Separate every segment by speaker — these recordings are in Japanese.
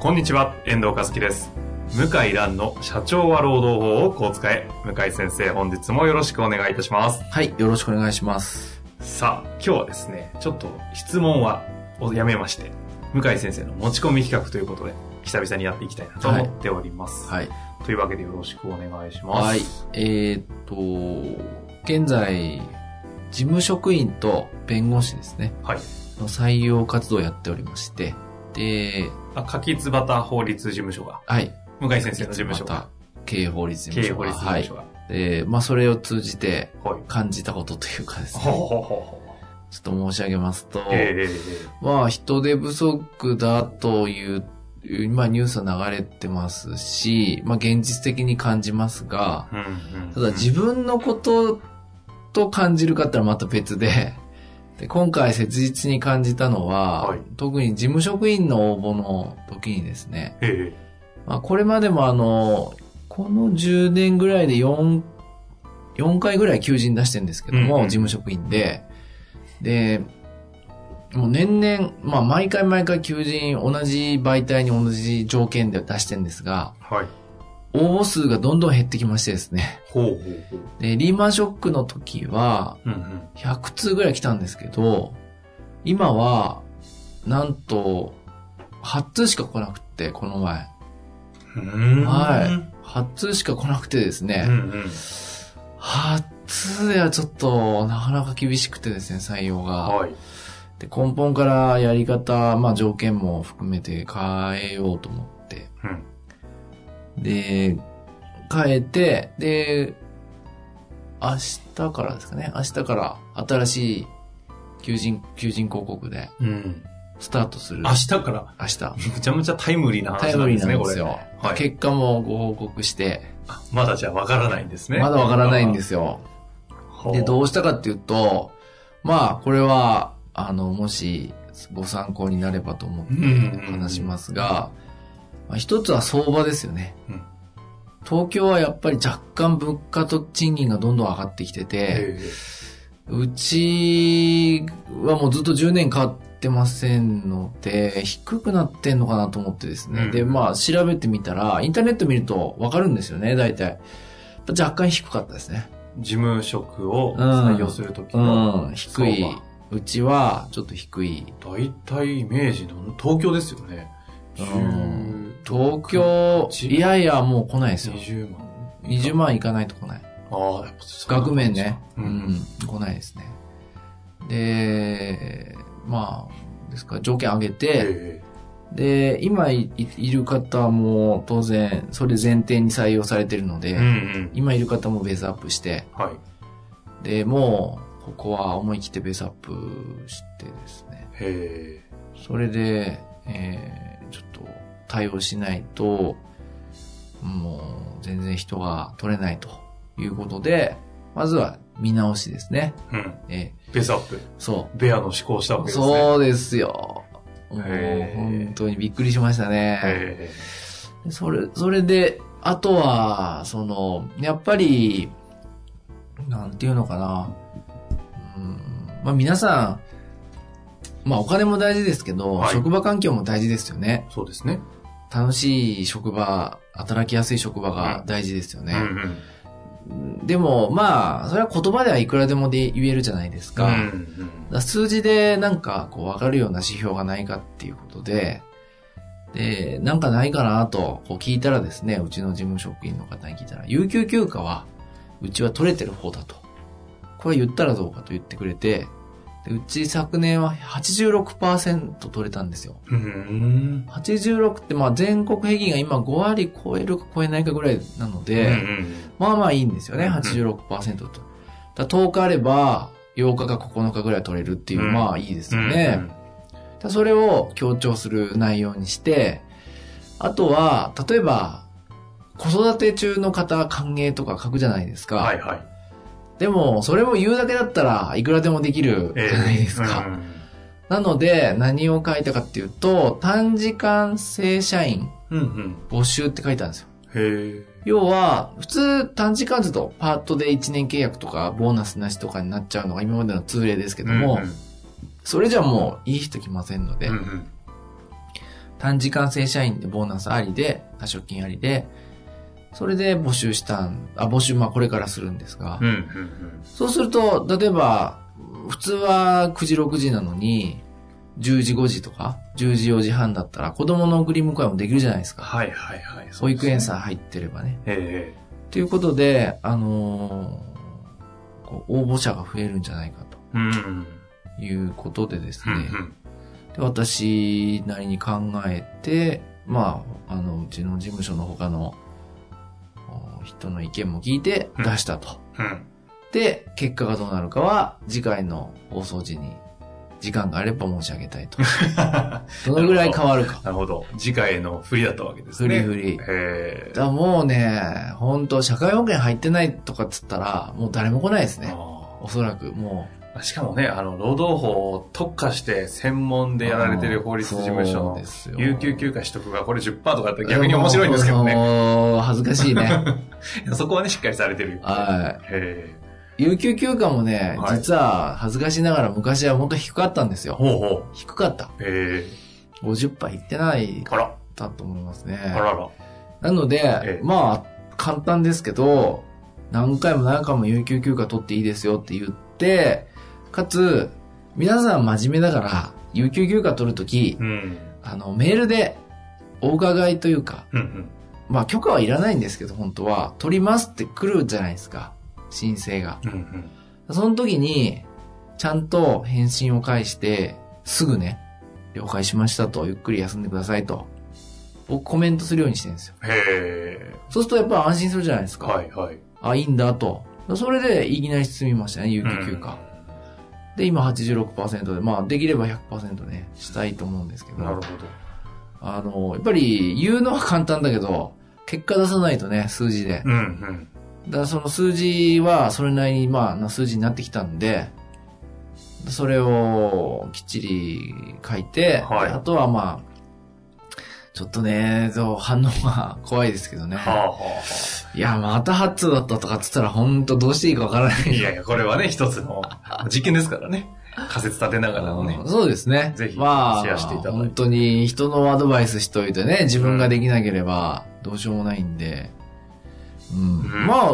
Speaker 1: こんにちは、遠藤和樹です。向井蘭の社長は労働法をこう使え。向井先生、本日もよろしくお願いいたします。
Speaker 2: はい、よろしくお願いします。
Speaker 1: さあ、今日はですね、ちょっと質問はやめまして、向井先生の持ち込み企画ということで、久々にやっていきたいなと思っております。
Speaker 2: はい。
Speaker 1: というわけでよろしくお願いします。
Speaker 2: はい。えーっと、現在、事務職員と弁護士ですね。
Speaker 1: はい。
Speaker 2: の採用活動をやっておりまして。で、
Speaker 1: あ、柿津畑法律事務所が、
Speaker 2: はい。
Speaker 1: 向井先生の事務所
Speaker 2: ま
Speaker 1: が
Speaker 2: た、経営法律事
Speaker 1: 経
Speaker 2: 務
Speaker 1: 営
Speaker 2: 所
Speaker 1: 法
Speaker 2: が。
Speaker 1: 律事務所が、は
Speaker 2: はい。で、まあ、それを通じて
Speaker 1: い。はい。
Speaker 2: 感じたことというかです
Speaker 1: ほう
Speaker 2: ね。
Speaker 1: ほうほうほ
Speaker 2: ちょっと申し上げますと、
Speaker 1: う。ええ
Speaker 2: まあ、人手不足だという、今ニュースは流れてますし、まあ、現実的に感じますが、
Speaker 1: うんうん。
Speaker 2: ただ自分のことと感じるかってのはまた別で、で今回切実に感じたのは、
Speaker 1: はい
Speaker 2: 特に事務職員の応募の時にですね、
Speaker 1: ええ
Speaker 2: まあ、これまでもあの、この10年ぐらいで4、4回ぐらい求人出してるんですけども、
Speaker 1: うんうん
Speaker 2: 事務職員で、で、もう年々、まあ毎回毎回求人同じ媒体に同じ条件で出してるんですが、
Speaker 1: はい。
Speaker 2: 応募数がどんどん減ってきましてですね。
Speaker 1: ほうほうほう。
Speaker 2: で、リーマンショックの時は、
Speaker 1: うんうん。
Speaker 2: 100通ぐらい来たんですけど、今は、なんと、8通しか来なくて、この前。
Speaker 1: うん
Speaker 2: は8通しか来なくてです
Speaker 1: う
Speaker 2: ね、
Speaker 1: んうん。
Speaker 2: 8通ではちょっと、なかなか厳しくてですね、採用が。
Speaker 1: はい。
Speaker 2: で、根本からやり方、まあ条件も含めて変えようと思って。
Speaker 1: うん
Speaker 2: で、変えて、で、明日からですかね、明日から新しい求人、求人広告で
Speaker 1: うん。
Speaker 2: スタートする。
Speaker 1: 明日から、
Speaker 2: 明日。
Speaker 1: むちゃむちゃタイムリーな
Speaker 2: タイ
Speaker 1: 話な
Speaker 2: ム
Speaker 1: んで
Speaker 2: リー
Speaker 1: す
Speaker 2: な
Speaker 1: ね、
Speaker 2: んで
Speaker 1: これ
Speaker 2: す。よ。
Speaker 1: はい
Speaker 2: 結果もご報告して、
Speaker 1: まだじゃあわからないんですね。。
Speaker 2: まだわからないんですすよ。
Speaker 1: ほう
Speaker 2: で、どうしたかっていうと、まあ、これは、あの、もし、ご参考になればと思って話しますが、まあ一つは相場ですよね。
Speaker 1: うん
Speaker 2: 東京はやっぱり若干物価と賃金がどんどん上がってきてて、
Speaker 1: え
Speaker 2: うちはもうずっと10年変わってませんので、低くなってんのかなと思ってですね。
Speaker 1: うん
Speaker 2: で、まあ調べてみたら、インターネット見るとわかるんですよね、大体。若干低かったですね。
Speaker 1: え事務職を採用するとき
Speaker 2: う
Speaker 1: の
Speaker 2: ん、低い。うちはちょっと低い。
Speaker 1: 相場。大体イメージの東京ですよね。
Speaker 2: うん
Speaker 1: 10
Speaker 2: 東京、
Speaker 1: 10
Speaker 2: いやいやもう来ないですよ。
Speaker 1: 20万。
Speaker 2: 20万いかないと来ない。
Speaker 1: ああ、やっぱそうなん
Speaker 2: 額面
Speaker 1: です
Speaker 2: ね。
Speaker 1: う
Speaker 2: うんん。来ないですね。で、まあ、ですから条件上げて、
Speaker 1: え
Speaker 2: で、今いいる方も当然、それ前提に採用されてるの
Speaker 1: え
Speaker 2: で、
Speaker 1: うんうん。
Speaker 2: 今いる方もベースアップして、
Speaker 1: はい。
Speaker 2: で、もう、ここは思い切ってベースアップしてですね。
Speaker 1: え
Speaker 2: それで、えーちょっと対応しないと、もう全然人が取れないということで、まずは見直しですね。
Speaker 1: えうん。
Speaker 2: え
Speaker 1: ベースアップ。
Speaker 2: ーそ
Speaker 1: ベアの思考したわ
Speaker 2: う。
Speaker 1: けですね。う。
Speaker 2: そうですよ。もう
Speaker 1: へー
Speaker 2: 本当にびっくりしましたね。
Speaker 1: え
Speaker 2: でそれ、それで、あとは、その、やっぱり、なんていうのかな。うんまあ皆さん、まあお金も大事ですけど、
Speaker 1: はい
Speaker 2: 職場環境も大事ですよね。
Speaker 1: えそうですね。
Speaker 2: 楽しい職場、働きやすい職場が大事ですよ
Speaker 1: うんう
Speaker 2: ね。
Speaker 1: ん。
Speaker 2: でも、まあ、それは言葉ではいくらでもで言えるじゃないですか。
Speaker 1: うん
Speaker 2: だから数字でなんかこう分かるような指標がないかっていうことで、で、なんかないかなとこう聞いたらですね、うちの事務職員の方に聞いたら、有給休暇はうちは取れてる方だと。これ言ったらどうかと言ってくれて、でうち昨年は86%取れたんですよ。
Speaker 1: うん。うん。
Speaker 2: 86ってまあ全国平均が今5割超えるか超えないかぐらいなので、
Speaker 1: うんうん
Speaker 2: まあまあいいんですよね、
Speaker 1: うん
Speaker 2: 86%と。だから10日あれば、 8日か9日ぐらい取れるっていう、
Speaker 1: うん
Speaker 2: まあいいです
Speaker 1: う
Speaker 2: よ
Speaker 1: ん
Speaker 2: ね。だそれを強調する内容にして、あとは、例えば、子育て中の方歓迎とか書くじゃないですか。
Speaker 1: はいはい。
Speaker 2: でも、それも言うだけだったらいくらでもできるじ
Speaker 1: ええ
Speaker 2: ゃないですか。なので、何を書いたかっていうと、短時間正社員
Speaker 1: うんうん。
Speaker 2: 募集って書いたんですよ。
Speaker 1: へえ。
Speaker 2: 要は、普通短時間ずっとパートで1年契約とかボーナスなしとかになっちゃうのが今までの通例ですけども、それじゃもういい人来ませんので、
Speaker 1: うんうん
Speaker 2: 短時間正社員でボーナスありで、退職金ありで、それで募集したん、あ、募集、まあこれからするんですが、
Speaker 1: うんうん
Speaker 2: そうすると、例えば、普通は9時6時なのに、10時5時とか、10時4時半だったら子供の送り迎えもできるじゃないですか。
Speaker 1: はいはいはい。
Speaker 2: 保育園
Speaker 1: ん。
Speaker 2: さん入ってればね。
Speaker 1: え
Speaker 2: ということで、あのーこう応募者が増えるんじゃないか
Speaker 1: え。うんうん。
Speaker 2: ということでです
Speaker 1: う
Speaker 2: ね、
Speaker 1: んうん
Speaker 2: で私なりに考えて、まあ、あの、うちの事務所の他のお人の意見も聞いて
Speaker 1: うん
Speaker 2: 出したと。
Speaker 1: うん。
Speaker 2: で、結果がどうなるかは、次回の放送時に、時間があれば申し上げた いと。どのぐらい変わるか。
Speaker 1: なるほど。次回の振りだったわけです
Speaker 2: ふ
Speaker 1: ね。
Speaker 2: りふり。
Speaker 1: ええ。
Speaker 2: だもうね、本当社会保険入ってないとかっつったら、もう誰も来ないですね。
Speaker 1: あ
Speaker 2: おそらく、も
Speaker 1: あしかもね、あの、労働法を特化して専門
Speaker 2: う。
Speaker 1: でやられてる法律事務所
Speaker 2: そう
Speaker 1: の
Speaker 2: ですよ
Speaker 1: 有給休暇取得がこれ10%とかだったら逆に面白いんですけどね。
Speaker 2: もう恥ずかし いね。
Speaker 1: そこはね、しっかりされてる。
Speaker 2: はい。
Speaker 1: へえ。
Speaker 2: 有給休暇もね、
Speaker 1: はい
Speaker 2: 実は恥ずかしながら昔はもっと低かったんですよ。
Speaker 1: ほうほ
Speaker 2: 低かった。
Speaker 1: う。へえ。
Speaker 2: 50杯いってない
Speaker 1: あら、
Speaker 2: だと思います
Speaker 1: あ
Speaker 2: ね。
Speaker 1: らら。
Speaker 2: なので、
Speaker 1: ええ
Speaker 2: まあ、簡単ですけど、何回も何回も有給休暇取っていいですよって言って、かつ、皆さん真面目だから、有給休暇取るとき、
Speaker 1: うん。
Speaker 2: あの、メールでお伺いというか、
Speaker 1: うんうん。
Speaker 2: まあ許可はいらないんですけど、本当は、取りますって来るじゃないですか。申請が。
Speaker 1: うんうん。
Speaker 2: その時に、ちゃんと返信を返して、すぐね、了解しましたと、ゆっくり休んでくださいと、僕コメントするようにしてるんですよ。
Speaker 1: へえ。
Speaker 2: そうするとやっぱ安心するじゃないですか。
Speaker 1: はいはい。
Speaker 2: あ、いいんだと。それで、いきなり進みましたね、有給休暇。で、今86%で、まあ、できれば100%ね、したいと思うんですけ
Speaker 1: うん。なる
Speaker 2: ど
Speaker 1: ほ、
Speaker 2: あの、やっぱり、言うのは簡単だけど、結果出さないとね、数字で。
Speaker 1: ど。うんうん。
Speaker 2: だからその数字はそれなりにまあな数字になってきたんで、それをきっちり書いて、
Speaker 1: はい
Speaker 2: あとはまあ、ちょっとね、そう反応が怖いですけどね。
Speaker 1: はあはあはい
Speaker 2: や、また8通だったとかっつったら本当どうしていいかわからな
Speaker 1: あ。
Speaker 2: い。
Speaker 1: いやいや、これはね、一つ の実験ですからね。仮説立てながらのね
Speaker 2: う。んそうですね。
Speaker 1: ぜひ
Speaker 2: まあ、
Speaker 1: シェアしていただいて
Speaker 2: 本当に人のアドバイスしといてね、自分ができなければどうしようもないんで。うん
Speaker 1: うん
Speaker 2: まあ、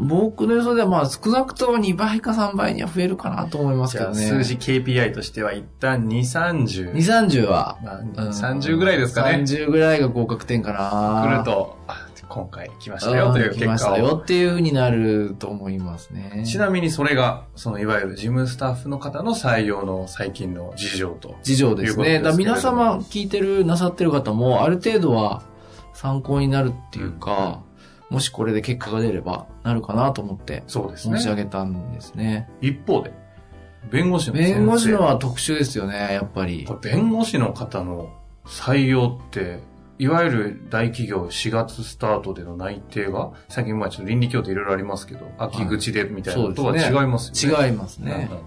Speaker 2: 僕の予想では、まあ、少なくとも2倍か3倍には増えるかなと思います
Speaker 1: じ
Speaker 2: け
Speaker 1: ゃ
Speaker 2: ど
Speaker 1: あ、
Speaker 2: ね。
Speaker 1: 数字 KPI としては一旦2、30。
Speaker 2: 2、30は。
Speaker 1: まあ、
Speaker 2: うん
Speaker 1: 30ぐらいですかね。
Speaker 2: 30ぐらいが合格点か
Speaker 1: 来
Speaker 2: な。
Speaker 1: ると、あ今回来ましたよという
Speaker 2: うん
Speaker 1: 結
Speaker 2: 来まし
Speaker 1: 果
Speaker 2: たよ
Speaker 1: を。
Speaker 2: っていうふうになると思いますね。
Speaker 1: ちなみにそれが、そのいわゆる事務スタッフの方の採用の最近の事情と。
Speaker 2: 事情ですね。
Speaker 1: ということですけれど
Speaker 2: だから皆様聞いてる、なさってる方も、ある程度は参考になるっていうか、もしこれで結果が出れば、なるかなと思って
Speaker 1: そうですね
Speaker 2: 申し。上げたんですね。
Speaker 1: 一方で、弁護士の先生
Speaker 2: 弁護士のは特殊ですよね、やっぱり
Speaker 1: こ。れ弁護士の方の採用って、いわゆる大企業4月スタートでの内定が、最近まあちょっと倫理協定いろいろありますけど、秋口でみたいなことは
Speaker 2: そうですね
Speaker 1: 違います
Speaker 2: 違
Speaker 1: よね。
Speaker 2: いますね
Speaker 1: う。ん。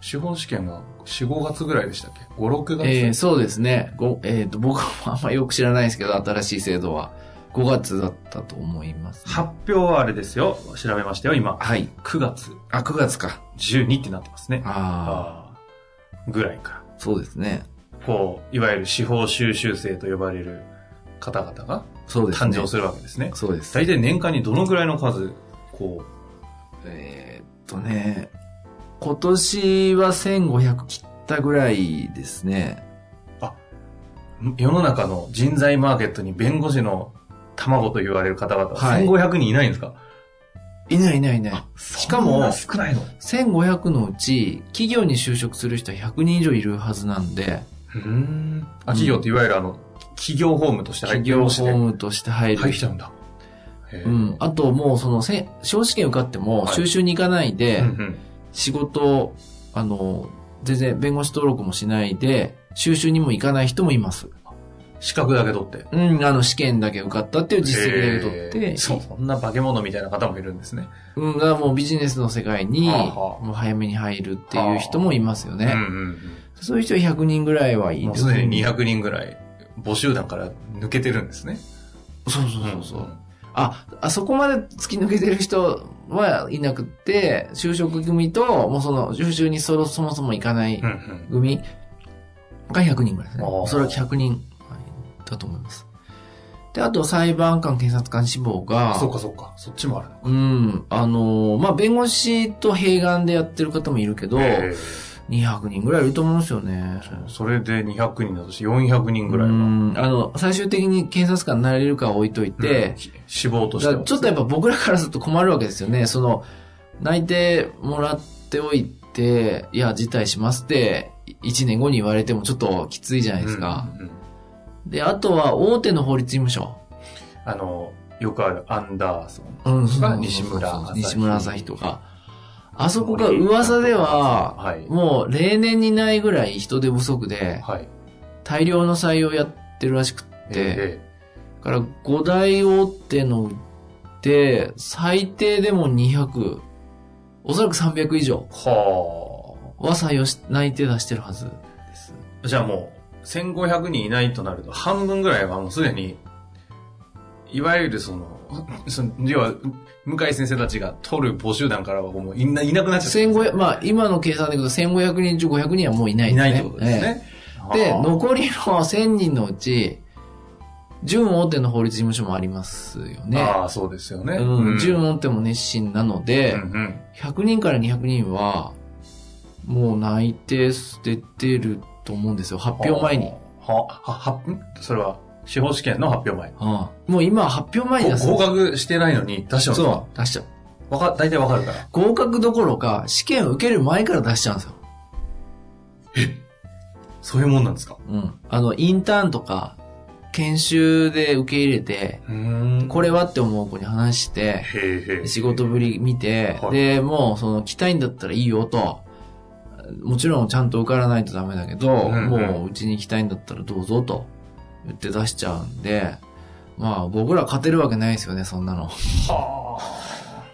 Speaker 1: 司法試験が4、5月ぐらいでしたっけ ?5、6月、
Speaker 2: えー、そうですね。ごえー、と僕もあんまよく知らないですけど、新しい制度は5月だったと思います、
Speaker 1: 発表はあれですよ。調べましたよ、今。
Speaker 2: はい。
Speaker 1: 9月
Speaker 2: あ、9月か。
Speaker 1: 12ってなってますね。
Speaker 2: あ
Speaker 1: あーぐらいから
Speaker 2: あ、そうですね。
Speaker 1: こう、いわゆる司法修習生と呼ばれる方々が
Speaker 2: そうです
Speaker 1: 誕
Speaker 2: ね。
Speaker 1: 生するわけですね。
Speaker 2: そうです。
Speaker 1: 大体年間にどのぐらいの数、こ
Speaker 2: えーっとね、今年は1500切ったぐらいですね。
Speaker 1: う、世の中の人材マーケットに弁護士の卵と言われる方々、
Speaker 2: はい
Speaker 1: 1500人いないんですか、
Speaker 2: いないいないいない。しかも
Speaker 1: そんな少ないの。
Speaker 2: 1500のうち、企業に就職する人は100人以上いるはずなんで、
Speaker 1: うん。あ、企業っていわゆるあの、企業法務として入っ
Speaker 2: 企
Speaker 1: てる
Speaker 2: 業
Speaker 1: として
Speaker 2: 法務として入る。
Speaker 1: 入っちゃうんだ。へ
Speaker 2: う
Speaker 1: ー
Speaker 2: ん。あともうその、せ司法試験受かっても、
Speaker 1: はい
Speaker 2: 収集に行かないで、
Speaker 1: うんうん
Speaker 2: 仕事、あの、全然弁護士登録もしないで、収集にも行かない人もいます。
Speaker 1: 資格だけ取って。
Speaker 2: うん、あの、試験だけ受かったっていう実績だけ取っ
Speaker 1: へ
Speaker 2: て
Speaker 1: ー、そう、そんな化け物みたいな方もいるんですね。
Speaker 2: うん、だからもうビジネスの世界に、
Speaker 1: はあはあ
Speaker 2: もう早めに入るっていう人もいますよね。
Speaker 1: うんうん
Speaker 2: そういう人100人ぐらいは
Speaker 1: うん。
Speaker 2: いい
Speaker 1: もう
Speaker 2: ですす
Speaker 1: でに200人ぐらい、募集団から抜けてるんですね。
Speaker 2: そうそうそうそう。あ、あそこまで突き抜けてる人はいなくって、就職組と、もうその、就職にそろそもそも行かない
Speaker 1: うんうん。
Speaker 2: 組が100人ぐらいですね
Speaker 1: あー。
Speaker 2: それは100人はいだと思います。で、あと裁判官、検察官志望が、
Speaker 1: そうかそうか。そっちもあるのか。
Speaker 2: うん、あのーまあ、弁護士と併願でやってる方もいるけど、
Speaker 1: へ
Speaker 2: 200人ぐらいいると思うんですよね。
Speaker 1: ーそれで200人だとして400人ぐらいうは。
Speaker 2: んあの、最終的に検察官になれるかは置いといて、
Speaker 1: うん、死亡とし
Speaker 2: だ
Speaker 1: て
Speaker 2: から
Speaker 1: は。
Speaker 2: ちょっとやっぱ僕らからすると困るわけですよね。その、内定もらっておいて、いや、辞退しますって、1年後に言われてもちょっときついじゃないですか。
Speaker 1: うんうんうん
Speaker 2: で、あとは大手の法律事務所。
Speaker 1: あの、よくあるアンダーソン。
Speaker 2: うん、
Speaker 1: そうそう
Speaker 2: 西村
Speaker 1: そうそう
Speaker 2: 西村朝日とか。あそこが噂では、
Speaker 1: はい。
Speaker 2: もう例年にないぐらい人手不足で、
Speaker 1: はい。
Speaker 2: 大量の採用やってるらしくって、
Speaker 1: え
Speaker 2: だから5大大手ので、最低でも200、おそらく300以上
Speaker 1: えは
Speaker 2: は採用し、内定出してるはずです。
Speaker 1: あ。じゃあもう、1500人いないとなると、半分ぐらいはもうすでに、いわゆるその、その要は、向井先生たちが取る募集団からはもういないなくなっちゃって
Speaker 2: 1500、まあ今の計算でいくと1500人中500人はもういない
Speaker 1: い
Speaker 2: ですね。
Speaker 1: ないってことですね。
Speaker 2: ええ。で、
Speaker 1: はあ
Speaker 2: 残りの1000人のうち、準大手の法律事務所もありますよね。
Speaker 1: ああ、そうですよね。
Speaker 2: うん、準
Speaker 1: うん
Speaker 2: 大手も熱心なので、
Speaker 1: うん
Speaker 2: 100人から200人は、もう内定出てると思うんですよ。発表前に。。
Speaker 1: はあ、は、は、んそれは、司法試験の発表前。
Speaker 2: もう今は発表前に出す
Speaker 1: 合格してないのに出しちゃうんですか
Speaker 2: そう、出しちゃう。
Speaker 1: わか、大体わかるから。
Speaker 2: 合格どころか、試験受ける前から出しちゃうんですよ。
Speaker 1: そういうもんなんですか
Speaker 2: うん。あの、インターンとか、研修で受け入れて、
Speaker 1: うん
Speaker 2: これはって思う子に話して、
Speaker 1: へえへえ。
Speaker 2: 仕事ぶり見て、
Speaker 1: はい
Speaker 2: で、もう、その、来たいんだったらいいよと、もちろんちゃんと受からないとダメだけど、
Speaker 1: うんうん
Speaker 2: もう、うちに来たいんだったらどうぞと、言って出しちゃうんで、まあ、僕ら勝てるわけないですよね、そんなの。
Speaker 1: は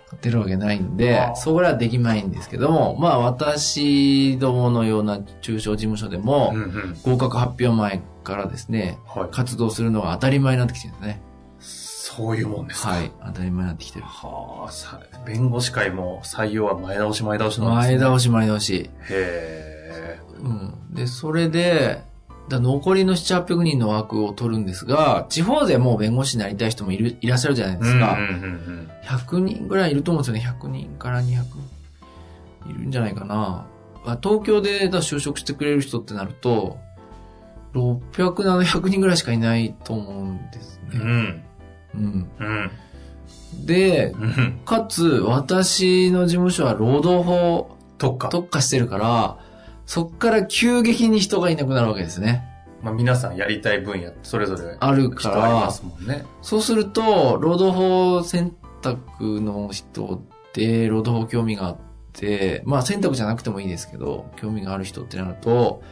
Speaker 2: 勝てるわけないん
Speaker 1: あ
Speaker 2: で
Speaker 1: あ、
Speaker 2: そこらはできないんですけども、まあ私どものような中小事務所で
Speaker 1: あ。
Speaker 2: も、
Speaker 1: うんうん。
Speaker 2: 合格発表前からですね、
Speaker 1: はい。
Speaker 2: 活動するのが当たり前になってきてるんですね。
Speaker 1: そういうもんですか。
Speaker 2: はい。当たり前になってきてる。
Speaker 1: はあ、さ、弁護士会も採用は前倒し前倒しなんです
Speaker 2: 前
Speaker 1: ね。
Speaker 2: 倒し前倒し。
Speaker 1: へえ。
Speaker 2: うん。で、それで、だ残りの7、800人の枠を取るんですが、地方でもう弁護士になりたい人もいる、いらっしゃるじゃないで
Speaker 1: うんう
Speaker 2: す
Speaker 1: んう
Speaker 2: か。
Speaker 1: ん
Speaker 2: 100人ぐらいいると思うんですよね。100人から200いるんじゃないかな。あ東京でだ就職してくれる人ってなると、600、700人ぐらいしかいないと思うんです
Speaker 1: うん。う
Speaker 2: ね。
Speaker 1: ん。
Speaker 2: うん。
Speaker 1: うん。
Speaker 2: で、
Speaker 1: うん。
Speaker 2: かつ、私の事務所は労働法
Speaker 1: とか。
Speaker 2: 特化してるから、そっから急激に人がいなくなるわけですね。
Speaker 1: まあ皆さんやりたい分野、それぞれ。
Speaker 2: あるか
Speaker 1: 人ありま
Speaker 2: ら、
Speaker 1: すもんね。
Speaker 2: そうすると、労働法選択の人で、労働法興味があって、まあ選択じゃなくてもいいですけど、興味がある人ってなると、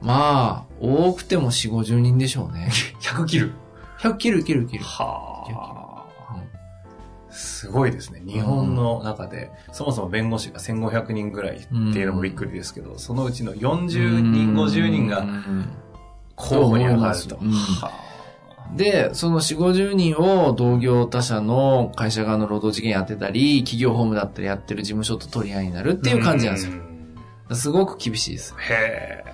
Speaker 2: まあ、多くても4、50人でしょうね。
Speaker 1: 100切る。
Speaker 2: 100切る切る切る。
Speaker 1: はあ。すごいですね。日本の中で、そもそも弁護士が1500人ぐらいっていうのもびっくりですけど、そのうちの40人、50人
Speaker 2: う
Speaker 1: が
Speaker 2: ん
Speaker 1: 候補に上がると。
Speaker 2: うん
Speaker 1: は
Speaker 2: で、その4、50人を同業他社の会社側の労働事件やってたり、企業法務だったりやってる事務所と取り合いになるっていう感じなんですよ。
Speaker 1: よ。
Speaker 2: すごく厳しいです。
Speaker 1: へ え。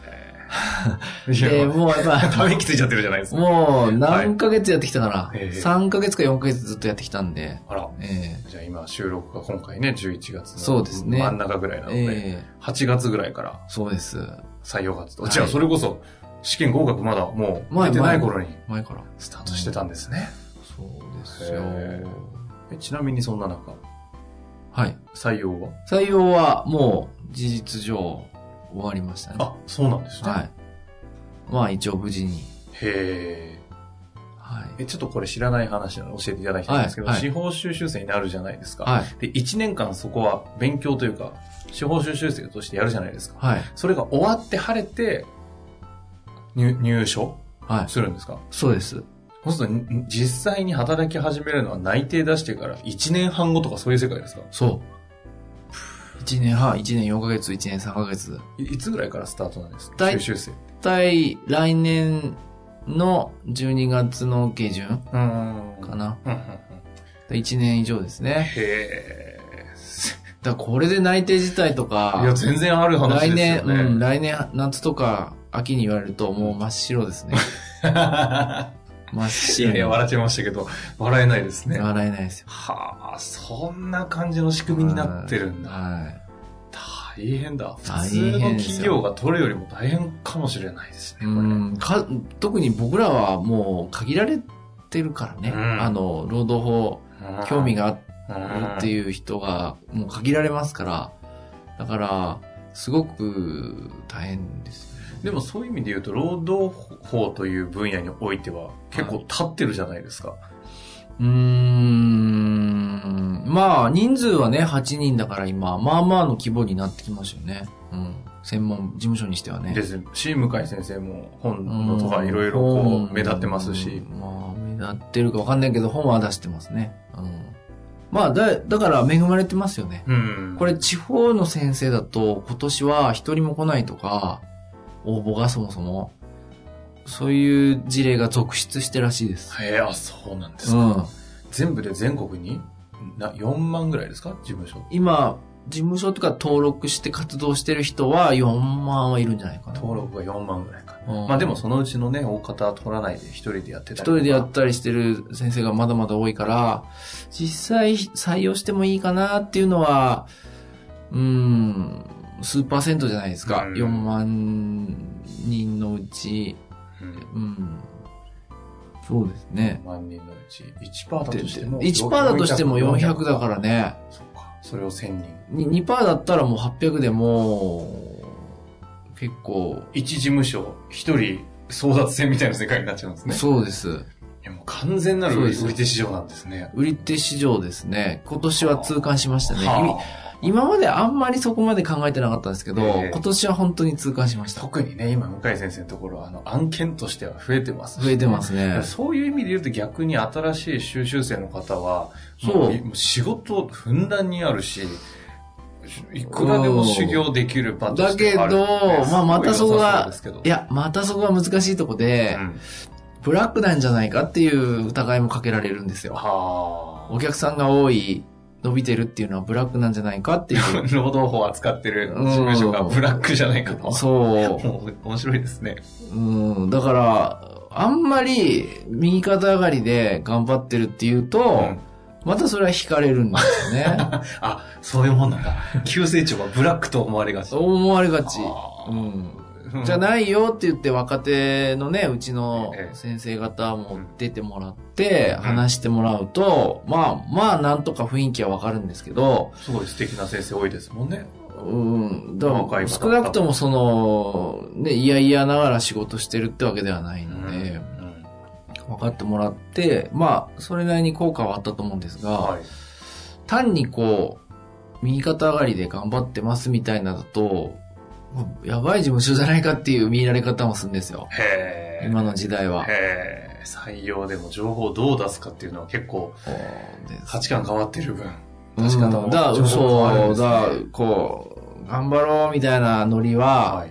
Speaker 2: で、
Speaker 1: いや、
Speaker 2: もうや っぱ、
Speaker 1: ため息ついちゃってるじゃないですか。
Speaker 2: もう何ヶ月やってきたか
Speaker 1: はいええ
Speaker 2: ら、三3ヶ月か4ヶ月ずっとやってきたんで、
Speaker 1: あら。
Speaker 2: え
Speaker 1: じゃあ今収録が今回ね、11月の
Speaker 2: そうですね
Speaker 1: 真ん中ぐらいな
Speaker 2: え
Speaker 1: の
Speaker 2: え
Speaker 1: で、
Speaker 2: え
Speaker 1: 8月ぐらいから
Speaker 2: そうです。
Speaker 1: 採用活動。
Speaker 2: はい
Speaker 1: じゃあそれこそ試験合格まだもう
Speaker 2: 前
Speaker 1: 出てない頃に
Speaker 2: 前から。
Speaker 1: スタートしてたんですね。
Speaker 2: そうですよ。
Speaker 1: へええちなみにそんな中、
Speaker 2: はい。
Speaker 1: 採用は
Speaker 2: 採用はもう事実上終わりましたね。
Speaker 1: あ、そうなんですね。
Speaker 2: はい。まあ一応無事に。
Speaker 1: へえ。
Speaker 2: はい。
Speaker 1: え、ちょっとこれ知らない話なので教えていただきたいんですけど、
Speaker 2: はいはい
Speaker 1: 司法修習生になるじゃないですか。
Speaker 2: はい。
Speaker 1: で、1年間そこは勉強というか、司法修習生としてやるじゃないですか。
Speaker 2: はい。
Speaker 1: それが終わって晴れて、入、入所
Speaker 2: はい。
Speaker 1: するんですか
Speaker 2: そうです。
Speaker 1: そうすると、ん実際に働き始めるのは内定出してから1年半後とかそういう世界ですか
Speaker 2: そう。1年半、1年4ヶ月、1年3ヶ月。
Speaker 1: いいつぐらいからスタートなんですか
Speaker 2: 大
Speaker 1: 修習生。
Speaker 2: 絶対、来年の12月の下旬
Speaker 1: うーん
Speaker 2: かな。
Speaker 1: うんうんうん
Speaker 2: 1年以上ですね。
Speaker 1: へえ。
Speaker 2: だからこれで内定自体とか
Speaker 1: い、や、全然ある話
Speaker 2: 来
Speaker 1: ですよ
Speaker 2: 年、
Speaker 1: ね。
Speaker 2: うん、来年夏とか秋に言われるともう真っ白です ね。真っ
Speaker 1: い
Speaker 2: 白
Speaker 1: や
Speaker 2: に。
Speaker 1: いや、笑っちゃいましたけど、笑えないですね。
Speaker 2: 笑えないですよ。
Speaker 1: はあ、そんな感じの仕組みになってるんだ。
Speaker 2: は
Speaker 1: 大変だ。普
Speaker 2: 大
Speaker 1: 通の
Speaker 2: 変ですよ
Speaker 1: 企業が取るよりも大変かもしれないです
Speaker 2: い。
Speaker 1: ね、
Speaker 2: う
Speaker 1: これ。
Speaker 2: ん、か、特に僕らはもう限られてるからね。
Speaker 1: うん
Speaker 2: あの、労働法、興味
Speaker 1: が
Speaker 2: があるっていう人がもう限られますから。だから、すごく大変ですよね。
Speaker 1: でもそういう意味で言うと、労働法という分野においては結構立ってるじゃないですか。
Speaker 2: うーん。まあ、人数はね、8人だから今、まあまあの規模になってきますよね。うん。専門事務所にしてはね。
Speaker 1: です。し、向井先生も本
Speaker 2: うん
Speaker 1: のとかいろいろこ
Speaker 2: う
Speaker 1: うん目立ってますし。
Speaker 2: まあ、目立ってるかわかんないけど、本は出してますね。うん。まあ、だ、だから恵まれてますよね。
Speaker 1: うん。
Speaker 2: これ、地方の先生だと、今年は一人も来ないとか、応募がそもそも、そういう事例が続出してらしいです。
Speaker 1: へえ、あ、そうなんです
Speaker 2: う
Speaker 1: か。
Speaker 2: ん。
Speaker 1: 全部で全国にな4万ぐらいですか事務所。
Speaker 2: 今、事務所とか登録して活動してる人は4万はいるんじゃないかな。
Speaker 1: 登録が4万ぐらいか。
Speaker 2: うん
Speaker 1: まあでもそのうちのね、大方は取らないで一人でやってたりと
Speaker 2: 一
Speaker 1: か
Speaker 2: 人でやったりしてる先生がまだまだ多いから、実際採用してもいいかなっていうのは、うーん、数パーセントじゃないですか。
Speaker 1: うん
Speaker 2: 4万人のうち、
Speaker 1: うん
Speaker 2: うん。そうですね。
Speaker 1: 万人のうち1%だとしても
Speaker 2: 1%だとしても400だかららね。
Speaker 1: そっかそれを1000人
Speaker 2: に2%だったらもう800でもう、結構、
Speaker 1: 一事務所一人争奪戦みたいな世界になっちゃうんですね
Speaker 2: そうです。
Speaker 1: いやもう完全なる
Speaker 2: そう
Speaker 1: 売
Speaker 2: です
Speaker 1: り手市場なんですね
Speaker 2: 売り手市場ですね。今年は痛感しましたね。
Speaker 1: はあ
Speaker 2: 今まであんまりそこまで考えてなかったんですけど、
Speaker 1: ええ
Speaker 2: 今年は本当に痛感しました。
Speaker 1: 特にね今向井先生のところはあの案件としては増えてます
Speaker 2: 増えてま すね。
Speaker 1: そういう意味で言うと逆に新しい修習生の方は
Speaker 2: そう
Speaker 1: ももう仕事ふんだんにあるしいくらでも修行できる場としてある
Speaker 2: だけどまあまたそこ
Speaker 1: すごい良さそう
Speaker 2: が
Speaker 1: ですけど
Speaker 2: いや、またそこが難しいとこで、
Speaker 1: うん
Speaker 2: ブラックなんじゃないかっていう疑いもかけられるんですよ。
Speaker 1: はあ
Speaker 2: お客さんが多い、伸びてるっていうのはブラックなんじゃないかっていう。
Speaker 1: 労働法を扱ってる事務所がブラックじゃないかと。
Speaker 2: そう。
Speaker 1: もう面白いですね。
Speaker 2: うん、だから、あんまり右肩上がりで頑張ってるっていうと、
Speaker 1: うん
Speaker 2: またそれは惹かれるんで すよね。
Speaker 1: あ、そういうもんなんだ。急成長がブラックと思われがち。
Speaker 2: そう思われがち。
Speaker 1: あ
Speaker 2: う
Speaker 1: ー
Speaker 2: ん。じゃないよって言って若手のね、うちの
Speaker 1: ええ
Speaker 2: 先生方も出てもらって、話してもらうと、まあまあなんとか雰囲気はわかるんですけど、
Speaker 1: すごい素敵な先生多いですもんね。
Speaker 2: うん、だ
Speaker 1: 若
Speaker 2: か
Speaker 1: い
Speaker 2: ら
Speaker 1: 方
Speaker 2: 少なくともその、ね、いやいやながら仕事してるってわけではないの
Speaker 1: う
Speaker 2: で、
Speaker 1: ん
Speaker 2: 分かってもらって、まあそれなりに効果はあったと思うんですが、
Speaker 1: はい。
Speaker 2: 単にこう、右肩上がりで頑張ってますみたいなのだと、やばい事務所じゃないかっていう見られ方もするんですよ。
Speaker 1: へえ。
Speaker 2: 今の時代は。
Speaker 1: へえ。採用でも情報をどう出すかっていうのは結構
Speaker 2: そうです
Speaker 1: 価値観変わってる分。
Speaker 2: うん
Speaker 1: 確かに情報
Speaker 2: だ、
Speaker 1: 変わるんで
Speaker 2: そう、
Speaker 1: すね
Speaker 2: だ、こう、頑張ろうみたいなノリ
Speaker 1: は
Speaker 2: は、
Speaker 1: い。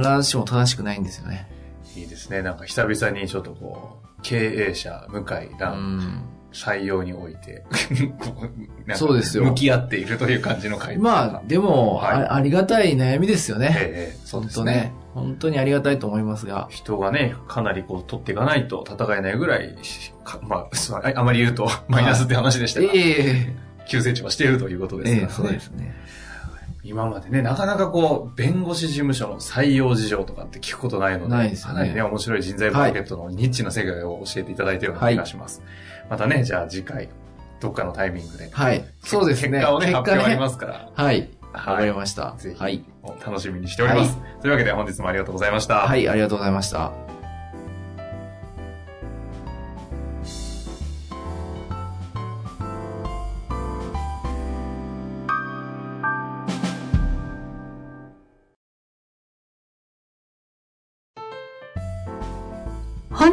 Speaker 2: 必ずしも正しくないんですよね。
Speaker 1: いいですね。なんか久々にちょっとこう、経営者、向井
Speaker 2: う
Speaker 1: 蘭、
Speaker 2: ん。
Speaker 1: 採用において、 こうなんか
Speaker 2: そうですよ
Speaker 1: 向き合っているという感じの回
Speaker 2: まあ、でも、
Speaker 1: はい
Speaker 2: あ、ありがたい悩みですよ
Speaker 1: ええ
Speaker 2: ね。
Speaker 1: ええそう
Speaker 2: 本
Speaker 1: で
Speaker 2: 当
Speaker 1: すね
Speaker 2: ね。。本当にありがたいと思いますが。
Speaker 1: 人がね、かなりこう取っていかないと戦えないぐらいし、かまあすまん、ああまり言うと マイナスって話でした
Speaker 2: え
Speaker 1: が、
Speaker 2: え、
Speaker 1: 急成長はしているということです
Speaker 2: え
Speaker 1: から、
Speaker 2: え、そうですね。
Speaker 1: 今までね、なかなかこう、弁護士事務所の採用事情とかって聞くことないので、
Speaker 2: ないですよね
Speaker 1: かなりね、面白い人材マーケットのニッチな世界を教えていただいたような気がします。またね、じゃあ次回、どっかのタイミングで、
Speaker 2: はい。そうですね。。
Speaker 1: 結果をね、発表ありますすから、
Speaker 2: はい。わかり
Speaker 1: は
Speaker 2: ました
Speaker 1: い。ぜ。
Speaker 2: はい
Speaker 1: ひ。、楽しみにしております、というわけで本日もありがとうございました。
Speaker 2: はい、ありがとうございました。
Speaker 3: 本